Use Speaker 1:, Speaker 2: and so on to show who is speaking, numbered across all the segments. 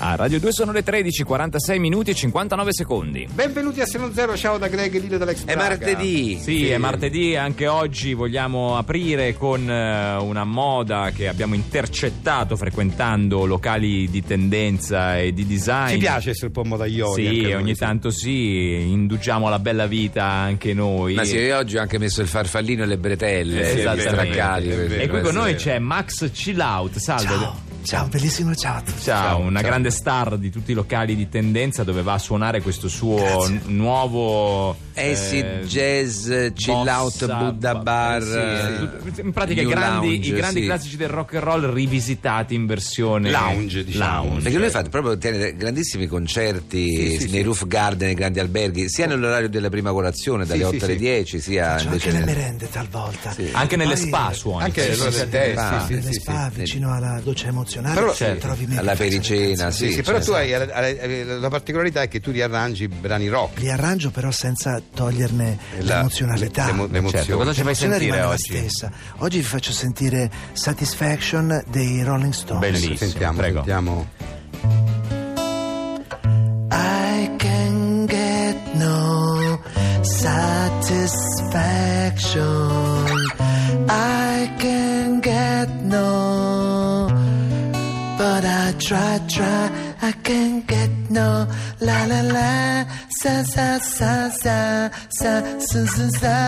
Speaker 1: A Radio 2 sono le 13, 46 minuti e 59 secondi.
Speaker 2: Benvenuti a Seno Zero, ciao da Greg e Lillo dall'Ex
Speaker 3: È
Speaker 2: Braga.
Speaker 3: martedì.
Speaker 1: Sì, è martedì e anche oggi vogliamo aprire con eh, una moda che abbiamo intercettato frequentando locali di tendenza e di design.
Speaker 2: Ci piace essere un po' modaglioni. anche
Speaker 1: Sì,
Speaker 2: noi,
Speaker 1: ogni tanto sì, indugiamo alla bella vita anche noi.
Speaker 3: Ma sì, io oggi ho anche messo il farfallino e le
Speaker 2: Eh,
Speaker 3: bretelle,
Speaker 1: Sì,
Speaker 3: gli
Speaker 1: esattamente.
Speaker 3: straccali.
Speaker 2: È vero,
Speaker 1: E
Speaker 3: per-
Speaker 1: qui con noi
Speaker 3: per-
Speaker 1: c'è Max Chillout, salve.
Speaker 4: Ciao, bellissimo, ciao.
Speaker 1: Ciao, una
Speaker 2: ciao.
Speaker 1: grande star di tutti i locali di tendenza dove va a suonare questo suo
Speaker 4: Grazie.
Speaker 1: n- nuovo
Speaker 3: Acid,
Speaker 1: eh,
Speaker 3: jazz, chill
Speaker 1: bossa,
Speaker 3: out, Buddha
Speaker 1: ba-
Speaker 3: bar,
Speaker 1: sì,
Speaker 3: eh,
Speaker 1: tut- in pratica i
Speaker 3: new
Speaker 1: grandi,
Speaker 3: lounge,
Speaker 1: i grandi
Speaker 3: sì.
Speaker 1: classici del rock and roll rivisitati in versione
Speaker 2: Lounge, diciamo.
Speaker 1: lounge.
Speaker 3: Perché lui fa proprio tiene grandissimi concerti
Speaker 2: Sì, sì,
Speaker 3: nei
Speaker 2: sì.
Speaker 3: roof garden, nei grandi alberghi, sia nell'orario della prima colazione, dalle
Speaker 2: Sì,
Speaker 3: 8
Speaker 2: sì,
Speaker 3: alle
Speaker 2: sì.
Speaker 3: 10, sia
Speaker 4: Faccio
Speaker 3: Ah, invece
Speaker 4: Cioè, anche le
Speaker 3: nel-
Speaker 4: merende talvolta.
Speaker 3: Sì.
Speaker 1: Anche nelle
Speaker 4: Poi- eh,
Speaker 1: spa suoni.
Speaker 2: Anche
Speaker 1: Sì,
Speaker 2: nelle
Speaker 1: sì, sì,
Speaker 2: spa, sì,
Speaker 1: nelle
Speaker 2: sì,
Speaker 1: spa.
Speaker 2: sì,
Speaker 4: Nelle spa vicino alla doccia emozionale
Speaker 2: Però-
Speaker 4: ci
Speaker 1: Certo.
Speaker 4: trovi meglio
Speaker 3: alla
Speaker 4: che faccio le
Speaker 3: pericena,
Speaker 4: canzoni.
Speaker 2: Sì, sì,
Speaker 3: Sì,
Speaker 2: però
Speaker 3: cioè,
Speaker 2: tu hai la, eh, la- la particolarità è che tu riarrangi brani rock.
Speaker 4: Li arrangio però senza toglierne
Speaker 2: La-
Speaker 4: l'emozionalità.
Speaker 2: l'emo- l'emozione.
Speaker 1: Certo, cosa ci fai
Speaker 4: L'emozione
Speaker 1: sentire
Speaker 4: rimane la
Speaker 1: oggi?
Speaker 4: stessa. Oggi vi faccio sentire Satisfaction dei Rolling Stones.
Speaker 1: Bellissimo.
Speaker 2: Sentiamo,
Speaker 1: prego.
Speaker 2: sentiamo.
Speaker 4: I can get no satisfaction. I can get no. But I try, try, I can get no. La la la, sa sa sa sa, sa sa sa sa,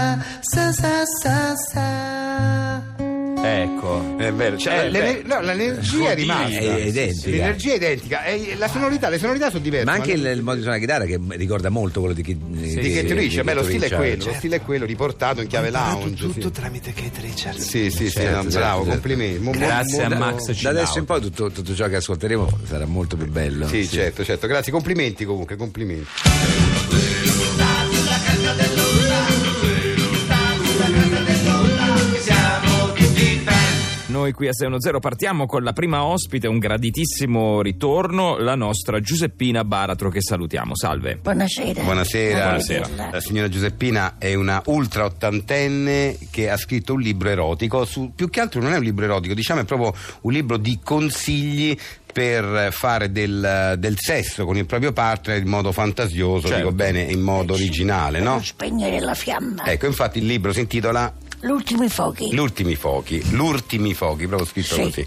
Speaker 4: sa sa sa sa.
Speaker 1: Ecco.
Speaker 2: È vero, cioè,
Speaker 1: Eh,
Speaker 2: l'ener-
Speaker 1: beh.
Speaker 2: no, l'energia è rimasta.
Speaker 3: È identica.
Speaker 2: L'energia è identica. E la sonorità, le sonorità sono diverse.
Speaker 3: eh. Ma anche il, il modo di suonare la chitarra che ricorda molto quello di chi
Speaker 2: di che
Speaker 3: di
Speaker 2: teorisce, beh, lo
Speaker 3: Keith
Speaker 2: stile è
Speaker 3: Richards.
Speaker 2: quello, lo stile è quello riportato in chiave
Speaker 4: Ho imparato
Speaker 2: lounge.
Speaker 4: tutto
Speaker 2: sì.
Speaker 4: tramite Kate Richards.
Speaker 2: Sì, sì, sì,
Speaker 3: Certo,
Speaker 2: no,
Speaker 3: certo,
Speaker 2: bravo,
Speaker 3: certo.
Speaker 2: complimenti. Mo- mo-
Speaker 1: Grazie a
Speaker 2: mo-
Speaker 1: Max
Speaker 3: Da
Speaker 1: Chillout.
Speaker 3: adesso in poi tutto, tutto ciò che ascolteremo sarà molto più bello.
Speaker 2: Sì, certo, certo, grazie, complimenti comunque, complimenti.
Speaker 1: Noi qui a 610 partiamo con la prima ospite, un graditissimo ritorno, la nostra Giuseppina Baratro che salutiamo. Salve.
Speaker 5: Buonasera.
Speaker 2: Buonasera.
Speaker 5: Buonasera.
Speaker 2: La signora Giuseppina è una ultra ottantenne che ha scritto un libro erotico. su- più che altro non è un libro erotico, diciamo è proprio un libro di consigli per fare del, del sesso con il proprio partner in modo fantasioso,
Speaker 1: Certo.
Speaker 2: dico bene, in modo originale, no?
Speaker 5: Per spegnere la fiamma.
Speaker 2: Ecco, infatti il libro si intitola
Speaker 5: L'ultimo fuochi.
Speaker 2: L'ultimi fuochi, l'ultimi fuochi, proprio scritto
Speaker 5: Sì.
Speaker 2: così.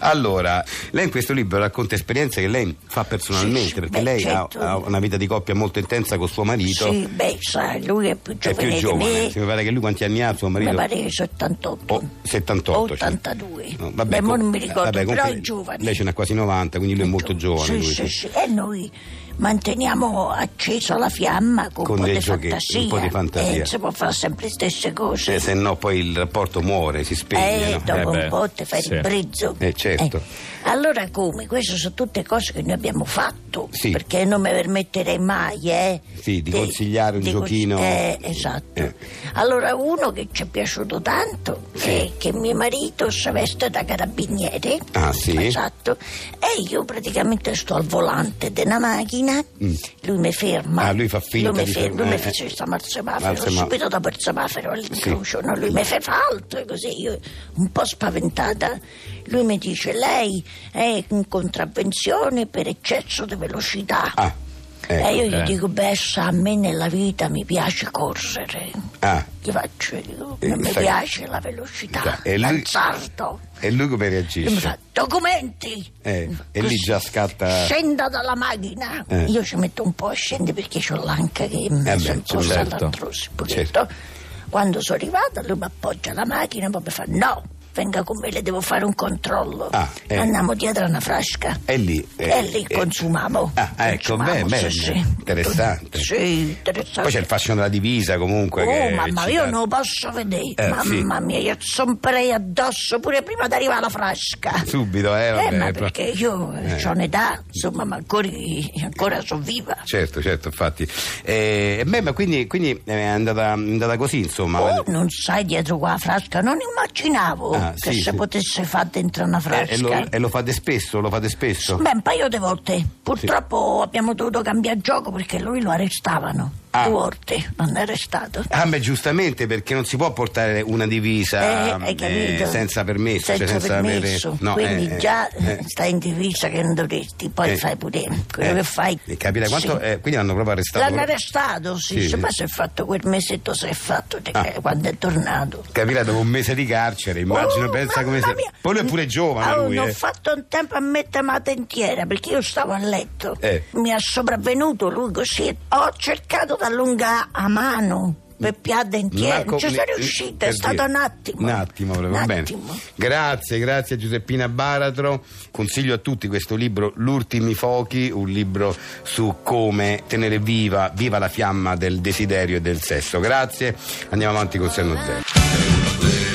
Speaker 2: Allora, lei in questo libro racconta esperienze che lei fa personalmente,
Speaker 5: Sì, sì,
Speaker 2: perché
Speaker 5: beh,
Speaker 2: lei ha-
Speaker 5: certo.
Speaker 2: ha, una vita di coppia molto intensa con suo marito.
Speaker 5: Sì, beh, sai, lui è più
Speaker 2: È
Speaker 5: giovane,
Speaker 2: Cioè, più
Speaker 5: di
Speaker 2: giovane,
Speaker 5: me.
Speaker 2: sì, mi pare che lui quanti anni ha suo marito?
Speaker 5: Mi pare che 78.
Speaker 2: Oh, 78. cioè.
Speaker 5: 82.
Speaker 2: No,
Speaker 5: Beh,
Speaker 2: com-
Speaker 5: mo non mi ricordo,
Speaker 2: vabbè,
Speaker 5: però
Speaker 2: comunque
Speaker 5: è giovane.
Speaker 2: Lei ce n'ha quasi 90, quindi lui è molto giovane.
Speaker 5: Sì,
Speaker 2: lui,
Speaker 5: sì,
Speaker 2: sì.
Speaker 5: sì. E noi manteniamo accesa la fiamma con,
Speaker 2: Con
Speaker 5: un po'
Speaker 2: dei
Speaker 5: di
Speaker 2: giochetti,
Speaker 5: fantasia.
Speaker 2: un po' di fantasia.
Speaker 5: E si può fare sempre le stesse cose.
Speaker 2: Cioè, se no poi il rapporto muore, si spegne.
Speaker 5: Eh,
Speaker 2: no?
Speaker 1: Eh,
Speaker 5: dopo
Speaker 1: beh,
Speaker 5: un po' ti fai
Speaker 1: sì.
Speaker 5: il prezzo.
Speaker 2: Eh, certo.
Speaker 5: Allora come? Queste sono tutte cose che noi abbiamo fatto.
Speaker 2: Sì.
Speaker 5: Perché non mi permetterei mai, eh.
Speaker 2: Sì, di consigliare un
Speaker 5: di cons-
Speaker 2: giochino.
Speaker 5: eh, esatto.
Speaker 2: Eh.
Speaker 5: Allora uno che ci è piaciuto tanto è che mio marito si veste da carabiniere.
Speaker 2: Ah, sì?
Speaker 5: Esatto. E io praticamente sto al volante della macchina, lui mi ferma.
Speaker 2: Mm. Ah, lui fa finta
Speaker 5: lui mi
Speaker 2: di eh,
Speaker 5: ferma. Lui mi
Speaker 2: fermare.
Speaker 5: fa, sì, stiamo al semaforo,
Speaker 2: Al semaforo.
Speaker 5: subito dopo il semaforo all'incrocio, no? lui mi fa alto e così, io un po' spaventata, lui mi dice lei è in contravvenzione per eccesso di velocità.
Speaker 2: Ah, ecco,
Speaker 5: e io gli
Speaker 1: eh.
Speaker 5: dico, beh, sa, a me nella vita mi piace correre.
Speaker 2: Ah.
Speaker 5: Gli faccio io,
Speaker 2: Eh,
Speaker 5: non mi
Speaker 2: sai-
Speaker 5: piace la velocità,
Speaker 2: Cioè, E lui-
Speaker 5: l'azzardo.
Speaker 2: E lui come
Speaker 5: Lui mi
Speaker 2: reagisce?
Speaker 5: fa, documenti!
Speaker 2: Eh, e lì già scatta-
Speaker 5: Scenda dalla macchina!
Speaker 2: Eh.
Speaker 5: Io ci metto un po' a scendere perché ho l'anca che
Speaker 2: beh,
Speaker 5: mi sono
Speaker 2: certo,
Speaker 5: posta
Speaker 2: certo.
Speaker 5: all'altrosi un pochetto. Quando sono arrivata, lui mi appoggia la macchina e poi mi fa, no, venga con me, le devo fare un controllo.
Speaker 2: Ah, eh.
Speaker 5: Andiamo dietro a una frasca.
Speaker 2: E lì, eh,
Speaker 5: e lì
Speaker 2: eh.
Speaker 5: consumiamo.
Speaker 2: Ah, ah, ecco,
Speaker 5: Consumiamo,
Speaker 2: beh, beh,
Speaker 5: sì, sì.
Speaker 2: interessante.
Speaker 5: Sì, interessante.
Speaker 2: Poi c'è il fascino della divisa comunque.
Speaker 5: Oh,
Speaker 2: che
Speaker 5: mamma,
Speaker 2: ci
Speaker 5: io
Speaker 2: dà-
Speaker 5: non lo posso vedere.
Speaker 2: Eh,
Speaker 5: mamma mia, io zomperei addosso pure prima di arrivare alla frasca.
Speaker 2: Subito, eh, vabbè,
Speaker 5: eh, ma
Speaker 2: però-
Speaker 5: perché io
Speaker 2: Eh.
Speaker 5: ho un'età, insomma, ma ancora, ancora sono viva.
Speaker 2: Certo, certo, infatti. Eh, e beh, ma quindi, eh, quindi è, andata, è andata così, insomma.
Speaker 5: Oh, non sai dietro qua la frasca, non immaginavo.
Speaker 2: Ah, Ah,
Speaker 5: che
Speaker 2: sì,
Speaker 5: se
Speaker 2: sì.
Speaker 5: potesse fare dentro una
Speaker 2: Eh,
Speaker 5: frasca.
Speaker 2: e, lo, e lo fate spesso, lo fate spesso.
Speaker 5: Beh, un paio di volte. Purtroppo abbiamo dovuto cambiare gioco perché lui lo arrestavano.
Speaker 2: Ah.
Speaker 5: Due volte, non è arrestato.
Speaker 2: Ah, beh, giustamente, perché non si può portare una divisa
Speaker 5: Eh,
Speaker 2: eh,
Speaker 5: hai capito?
Speaker 2: senza permesso.
Speaker 5: Senza
Speaker 2: cioè senza avere-
Speaker 5: permesso.
Speaker 2: no,
Speaker 5: Quindi
Speaker 2: eh, eh,
Speaker 5: già
Speaker 2: eh,
Speaker 5: stai in divisa che non dovresti, poi
Speaker 2: eh,
Speaker 5: fai pure quello
Speaker 2: eh,
Speaker 5: che fai.
Speaker 2: e Capire quanto.
Speaker 5: Sì.
Speaker 2: eh, quindi l'hanno proprio arrestato.
Speaker 5: L'hanno arrestato, sì,
Speaker 2: Sì,
Speaker 5: sì.
Speaker 2: sì.
Speaker 5: ma si è fatto quel mesetto, si è fatto de-
Speaker 2: Ah.
Speaker 5: quando è tornato.
Speaker 2: Capire dopo un mese di carcere, immagino,
Speaker 5: Oh,
Speaker 2: pensa come
Speaker 5: mamma
Speaker 2: se.
Speaker 5: mia.
Speaker 2: Poi lui è pure giovane.
Speaker 5: Oh,
Speaker 2: lui,
Speaker 5: non ho
Speaker 2: eh.
Speaker 5: fatto in tempo a mettermi la tentiera perché io stavo a letto.
Speaker 2: Eh.
Speaker 5: Mi ha sopravvenuto lui così. Ho cercato di allungare a mano per più dentiera.
Speaker 2: Marco,
Speaker 5: non ci sono
Speaker 2: ne-
Speaker 5: riuscita,
Speaker 2: Ecco,
Speaker 5: è
Speaker 2: per
Speaker 5: stato
Speaker 2: dire.
Speaker 5: un attimo.
Speaker 2: Un attimo, proprio, va
Speaker 5: Un
Speaker 2: bene.
Speaker 5: attimo.
Speaker 2: Grazie, grazie a Giuseppina Baratro. Consiglio a tutti questo libro L'ultimi fuochi, un libro su come tenere viva, viva la fiamma del desiderio e del sesso. Grazie, andiamo avanti con Serno Zero.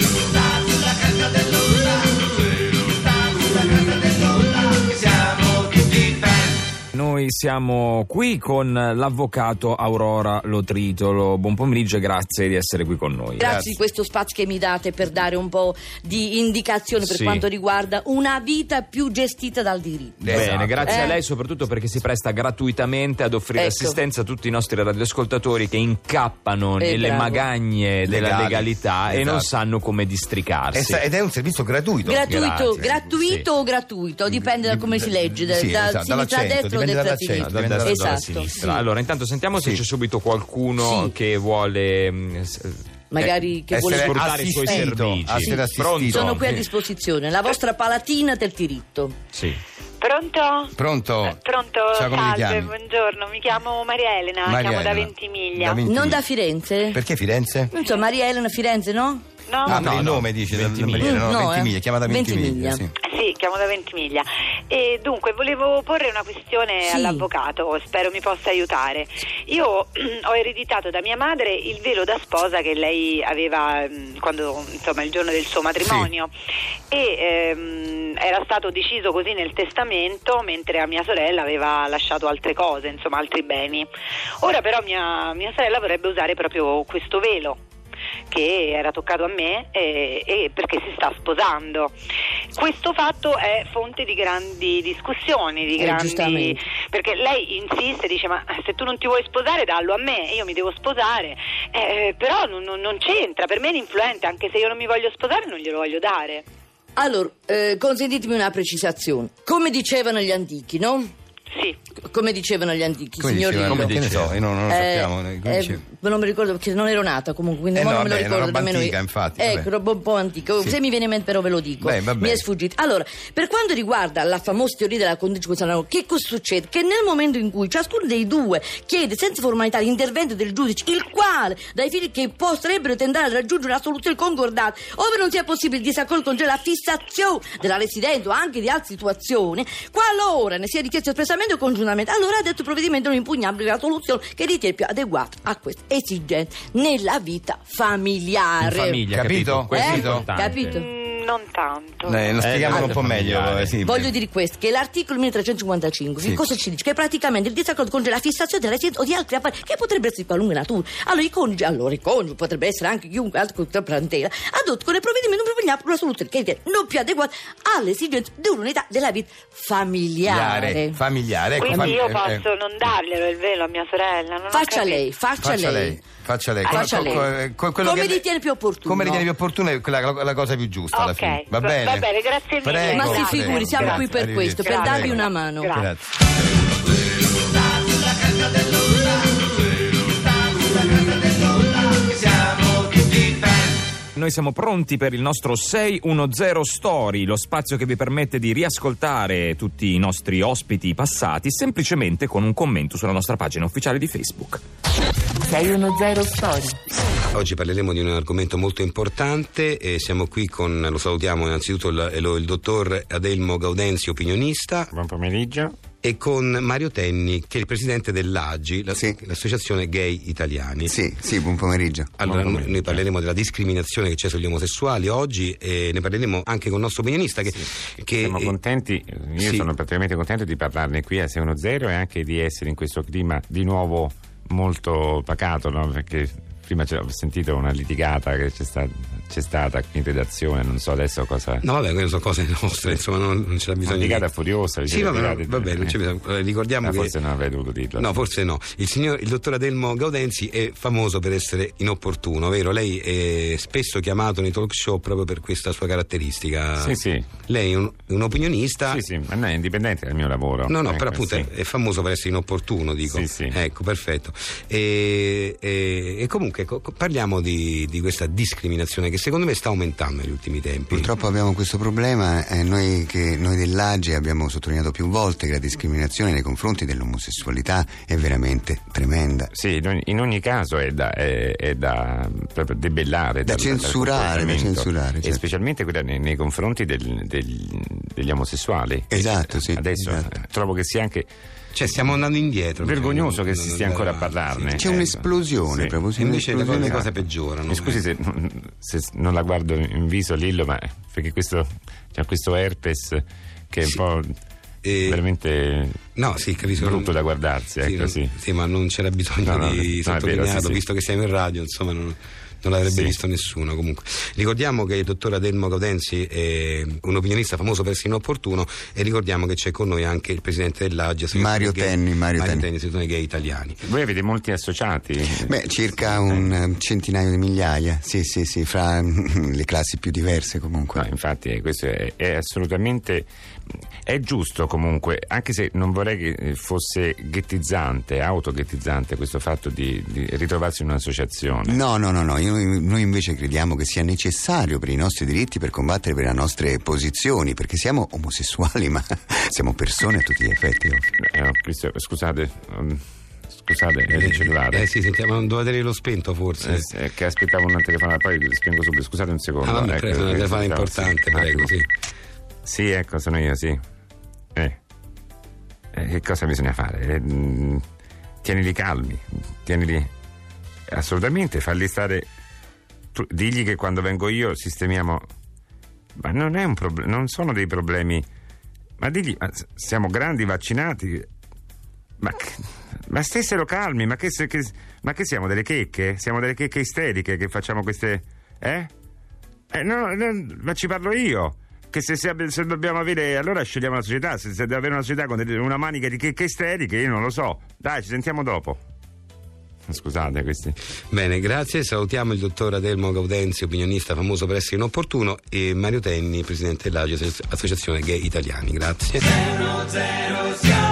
Speaker 6: Noi siamo qui con l'avvocato Aurora Lotritolo. Buon pomeriggio e grazie di essere qui con noi.
Speaker 4: Grazie di questo spazio che mi date per dare un po' di indicazione per
Speaker 6: Sì.
Speaker 4: quanto riguarda una vita più gestita dal diritto.
Speaker 6: Bene,
Speaker 2: Esatto.
Speaker 6: grazie a
Speaker 4: Eh.
Speaker 6: lei soprattutto perché si presta gratuitamente ad offrire
Speaker 4: Ecco.
Speaker 6: assistenza a tutti i nostri radioascoltatori che incappano
Speaker 4: Eh,
Speaker 6: nelle
Speaker 4: bravo.
Speaker 6: magagne della
Speaker 2: Legali.
Speaker 6: legalità e
Speaker 2: Esatto.
Speaker 6: non sanno come
Speaker 2: Eh,
Speaker 6: districarsi.
Speaker 2: sa-
Speaker 4: Esatto.
Speaker 2: Ed è un servizio gratuito.
Speaker 4: Gratuito,
Speaker 6: Grazie.
Speaker 4: gratuito o gratuito, dipende da come si legge, da,
Speaker 2: Sì, esatto,
Speaker 4: da sinistra a
Speaker 2: dall'accento,
Speaker 4: destra o
Speaker 2: dipende
Speaker 4: destra a
Speaker 2: dall'accento,
Speaker 4: sinistra.
Speaker 2: dipende
Speaker 6: dalla
Speaker 4: esatto,
Speaker 2: sinistra.
Speaker 4: sì.
Speaker 6: Allora, intanto sentiamo se
Speaker 2: Sì.
Speaker 6: c'è subito qualcuno
Speaker 4: Sì.
Speaker 6: che vuole mh, s- eh,
Speaker 4: Magari che vuole-
Speaker 6: essere sfruttare i suoi
Speaker 2: assistito,
Speaker 6: servizi.
Speaker 2: essere assistito.
Speaker 6: Pronto?
Speaker 4: Sono qui a disposizione, la vostra palatina del diritto.
Speaker 6: Sì.
Speaker 7: Pronto?
Speaker 2: Pronto?
Speaker 7: Eh, Pronto,
Speaker 2: Ciao, come ti
Speaker 7: salve,
Speaker 2: chiami?
Speaker 7: buongiorno, mi chiamo Maria Elena,
Speaker 2: Maria
Speaker 7: chiamo da
Speaker 2: Elena.
Speaker 7: Ventimiglia.
Speaker 2: Da Venti-
Speaker 4: Non da Firenze?
Speaker 2: Perché Firenze?
Speaker 4: Non so, Maria Elena Firenze, no?
Speaker 7: No?
Speaker 2: Ah,
Speaker 6: no,
Speaker 2: per il
Speaker 6: no,
Speaker 2: nome dice
Speaker 6: Ventimiglia.
Speaker 2: Ventimiglia, no,
Speaker 4: Mm, no,
Speaker 2: Ventimiglia,
Speaker 4: eh.
Speaker 2: chiamata Ventimiglia.
Speaker 4: Ventimiglia.
Speaker 2: sì.
Speaker 7: Sì, chiamo da Ventimiglia. E dunque volevo porre una questione
Speaker 4: Sì.
Speaker 7: all'avvocato, spero mi possa aiutare. Io ho ereditato da mia madre il velo da sposa che lei aveva mm, quando, insomma, il giorno del suo matrimonio e ehm, era stato deciso così nel testamento mentre a mia sorella aveva lasciato altre cose, insomma altri beni. Ora però mia, mia sorella vorrebbe usare proprio questo velo che era toccato a me eh, e perché si sta sposando. Questo fatto è fonte di grandi discussioni, di
Speaker 4: Eh,
Speaker 7: grandi...
Speaker 4: giustamente.
Speaker 7: perché lei insiste, dice ma se tu non ti vuoi sposare dallo a me, io mi devo sposare, Eh, però non, non- non c'entra, per me è influente, anche se io non mi voglio sposare non glielo voglio dare.
Speaker 4: Allora, eh, consentitemi una precisazione. Come dicevano gli antichi, no?
Speaker 7: Sì,
Speaker 4: Come dicevano gli antichi,
Speaker 2: Come
Speaker 4: signor
Speaker 2: diceva,
Speaker 4: Lillo.
Speaker 2: come che ne so, io non, non lo
Speaker 4: Eh,
Speaker 2: sappiamo. come
Speaker 4: eh,
Speaker 2: diceva.
Speaker 4: non mi ricordo perché non ero nata comunque, quindi
Speaker 2: Eh
Speaker 4: mo
Speaker 2: no,
Speaker 4: non me lo
Speaker 2: vabbè, è una
Speaker 4: ricordo
Speaker 2: roba
Speaker 4: nemmeno
Speaker 2: antica,
Speaker 4: io.
Speaker 2: infatti,
Speaker 4: Ecco,
Speaker 2: vabbè.
Speaker 4: roba un po' antica.
Speaker 2: Sì.
Speaker 4: Se mi viene in mente però ve lo dico.
Speaker 2: Beh, vabbè.
Speaker 4: mi è sfuggito. Allora, per quanto riguarda la famosa teoria della condiscussione, che cosa succede? Che nel momento in cui ciascuno dei due chiede senza formalità l'intervento del giudice, il quale dai figli che potrebbero tentare di raggiungere una soluzione concordata, ove non sia possibile il disaccordo congela la fissazione della residenza o anche di altre situazioni, qualora ne sia richiesto espressamente o congiuntamente, allora detto provvedimento non impugnabile la soluzione che ritiene più adeguata a questa esigenza nella vita
Speaker 6: In
Speaker 4: familiare.
Speaker 6: famiglia, capito?
Speaker 2: Capito?
Speaker 6: Questo è
Speaker 4: Eh?
Speaker 6: importante.
Speaker 4: Capito?
Speaker 7: Mm, non tanto.
Speaker 2: Eh, lo spieghiamolo un po'
Speaker 6: familiare.
Speaker 2: meglio. eh, sì.
Speaker 4: Voglio dire questo, che l'articolo 1355
Speaker 2: Sì.
Speaker 4: che cosa ci dice? Che praticamente il disaccordo congela la fissazione della residenza o di altri affari che potrebbero essere di qualunque natura. Allora i coniugi, allora i coniugi, potrebbe essere anche chiunque altro contrapparentela, adottano il provvedimento impugnabile una soluzione che ritiene non più adeguata alle esigenze di un'unità della vita familiare.
Speaker 6: Ah,
Speaker 2: familiare. familiare, ecco,
Speaker 7: Quindi
Speaker 2: fam-
Speaker 7: io
Speaker 2: eh,
Speaker 7: posso
Speaker 2: eh,
Speaker 7: non darglielo il velo a mia sorella. Non ho
Speaker 4: Faccia
Speaker 7: capito.
Speaker 4: lei, faccia,
Speaker 2: Faccia lei, faccia lei.
Speaker 4: Faccia
Speaker 2: Quello-
Speaker 4: lei.
Speaker 2: quello- quello- quello
Speaker 4: Come
Speaker 2: che-
Speaker 4: ritiene più opportuno.
Speaker 2: Come ritiene più opportuno è quella, la, la cosa più giusta alla
Speaker 7: Ok,
Speaker 2: fine. Va
Speaker 7: va-
Speaker 2: bene,
Speaker 7: va bene, grazie mille.
Speaker 2: Prego,
Speaker 4: Ma si
Speaker 2: prego,
Speaker 4: figuri, siamo
Speaker 2: grazie,
Speaker 4: qui per
Speaker 2: arrivederci.
Speaker 4: questo, per
Speaker 7: Grazie.
Speaker 4: darvi una mano.
Speaker 7: Grazie.
Speaker 2: Grazie.
Speaker 6: Noi siamo pronti per il nostro 610 Story, lo spazio che vi permette di riascoltare tutti i nostri ospiti passati semplicemente con un commento sulla nostra pagina ufficiale di Facebook.
Speaker 8: 610 Story.
Speaker 2: Oggi parleremo di un argomento molto importante e siamo qui con, lo salutiamo innanzitutto il, il- il dottor Adelmo Gaudenzio, opinionista. Buon pomeriggio. E con Mario Tenni, che è il presidente dell'AGI, la-
Speaker 9: Sì.
Speaker 2: l'Associazione Gay Italiani.
Speaker 9: Sì, sì, buon pomeriggio.
Speaker 2: Allora, no- noi parleremo della discriminazione che c'è sugli omosessuali oggi e ne parleremo anche con il nostro opinionista che... che-
Speaker 1: Siamo
Speaker 2: eh,
Speaker 1: contenti, io
Speaker 2: sì.
Speaker 1: sono praticamente contento di parlarne qui a 610 e anche di essere in questo clima di nuovo molto pacato, no? perché prima c'è- ho sentito una litigata che c'è stata, c'è
Speaker 6: c'è stata in redazione, non so adesso cosa.
Speaker 2: No, vabbè, quelle sono cose nostre, insomma, non, non c'era bisogno. di-
Speaker 6: Litigata furiosa,
Speaker 2: Sì,
Speaker 6: litigata-
Speaker 2: vabbè, no, vabbè, non c'è bisogno. Eh, Ricordiamo
Speaker 6: Ah,
Speaker 2: che.
Speaker 6: forse non avrei dovuto dirlo.
Speaker 2: No, forse no. Il, signor, il dottor Adelmo Gaudenzi è famoso per essere inopportuno, vero? Lei è spesso chiamato nei talk show proprio per questa sua caratteristica.
Speaker 6: Sì, sì.
Speaker 2: Lei è un, un opinionista.
Speaker 6: Sì, sì, ma no, è indipendente dal mio lavoro.
Speaker 2: No, no,
Speaker 1: Eh,
Speaker 6: Ecco,
Speaker 2: però appunto
Speaker 6: sì.
Speaker 2: è- è famoso per essere inopportuno, dico.
Speaker 6: Sì, sì.
Speaker 2: Ecco, perfetto. E, e- e comunque co- co- parliamo di, di questa discriminazione che secondo me sta aumentando negli ultimi tempi.
Speaker 4: Purtroppo abbiamo questo problema, eh, noi, che, noi dell'AGE abbiamo sottolineato più volte che la discriminazione nei confronti dell'omosessualità è veramente tremenda.
Speaker 6: Sì, in ogni, in ogni caso è da, è- è da, mm, proprio debellare.
Speaker 4: Da
Speaker 6: dal- dal
Speaker 4: censurare, da
Speaker 6: comportamento.
Speaker 4: censurare,
Speaker 6: E
Speaker 4: certo.
Speaker 6: specialmente quella nei, nei confronti del- del- degli omosessuali.
Speaker 4: Esatto, sì,
Speaker 6: Adesso
Speaker 4: esatto.
Speaker 6: eh, trovo che sia anche
Speaker 2: Cioè, stiamo andando indietro.
Speaker 6: vergognoso
Speaker 2: Non-
Speaker 6: che
Speaker 2: non
Speaker 6: si stia ancora
Speaker 2: andare
Speaker 6: a
Speaker 2: avanti,
Speaker 6: parlarne. eh.
Speaker 2: sì.
Speaker 4: C'è un'esplosione,
Speaker 6: sì.
Speaker 4: proprio, sì,
Speaker 2: E Eh, invece le cose,
Speaker 4: un'esplosione.
Speaker 2: le cose peggiorano.
Speaker 6: Mi scusi se, se non la guardo in viso Lillo, ma perché questo, c'è questo herpes che è un
Speaker 2: Sì.
Speaker 6: po'
Speaker 2: Eh,
Speaker 6: veramente
Speaker 2: No, sì, capisco.
Speaker 6: brutto da guardarsi,
Speaker 2: Sì,
Speaker 6: ecco,
Speaker 2: non-
Speaker 6: sì.
Speaker 2: sì, ma non c'era bisogno
Speaker 6: No, no, no,
Speaker 2: di
Speaker 6: è
Speaker 2: sottolinearlo,
Speaker 6: vero, sì, sì.
Speaker 2: visto che siamo in radio, insomma, non, non l'avrebbe
Speaker 6: Sì.
Speaker 2: visto nessuno. Comunque, ricordiamo che il dottor Adelmo Gaudenzi è un opinionista famoso per essere inopportuno e ricordiamo che c'è con noi anche il presidente dell'AGE, Associazione
Speaker 4: Mario
Speaker 2: Gay-
Speaker 4: Tenni, Mario Tenni.
Speaker 2: Associazione Gay Italiani.
Speaker 6: Voi avete molti associati?
Speaker 4: Beh, circa un eh, centinaio di migliaia, sì, sì, sì, fra mm, le classi più diverse comunque.
Speaker 6: No, infatti eh, questo è, è assolutamente è giusto comunque, anche se non vorrei che eh, fosse ghettizzante, autoghettizzante questo fatto di, di ritrovarsi in un'associazione.
Speaker 4: No, no, no, no. io- noi invece crediamo che sia necessario per i nostri diritti, per combattere per le nostre posizioni, perché siamo omosessuali, ma siamo persone a tutti gli effetti. oh.
Speaker 6: Eh, questo- scusate, um, scusate, è il cellulare.
Speaker 2: Eh sì, sentiamo, doveva tenere lo spento forse.
Speaker 6: Eh, sì, che aspettavo una telefonata, poi spengo subito. Scusate un secondo.
Speaker 2: Ah, vabbè,
Speaker 6: ecco,
Speaker 2: prego, una
Speaker 6: eh,
Speaker 2: telefonata
Speaker 6: aspettavo,
Speaker 2: importante,
Speaker 6: sì, un
Speaker 2: prego,
Speaker 6: attimo.
Speaker 2: sì.
Speaker 6: Sì, ecco, sono io, sì. Eh. Eh, che cosa bisogna fare? Eh, mm, tienili calmi, tienili. Assolutamente, falli stare. tu- digli che quando vengo io sistemiamo. Ma non è un problema, non sono dei problemi. Ma digli, ma s- siamo grandi vaccinati. Ma, che- ma stessero calmi, ma che, se- che- ma che siamo delle checche? Siamo delle checche isteriche che facciamo queste. Eh? Eh, no, no, ma ci parlo io. Che se, se abbi- se dobbiamo avere, allora scegliamo la società. Se, se deve avere una società con delle- una manica di checche isteriche, io non lo so. Dai, ci sentiamo dopo. Scusate, questi.
Speaker 2: Bene, grazie. Salutiamo il dottor Adelmo Gaudenzi, opinionista famoso per essere inopportuno, e Mario Tenni, presidente dell'AGE, Associazione Gay Italiani. Grazie.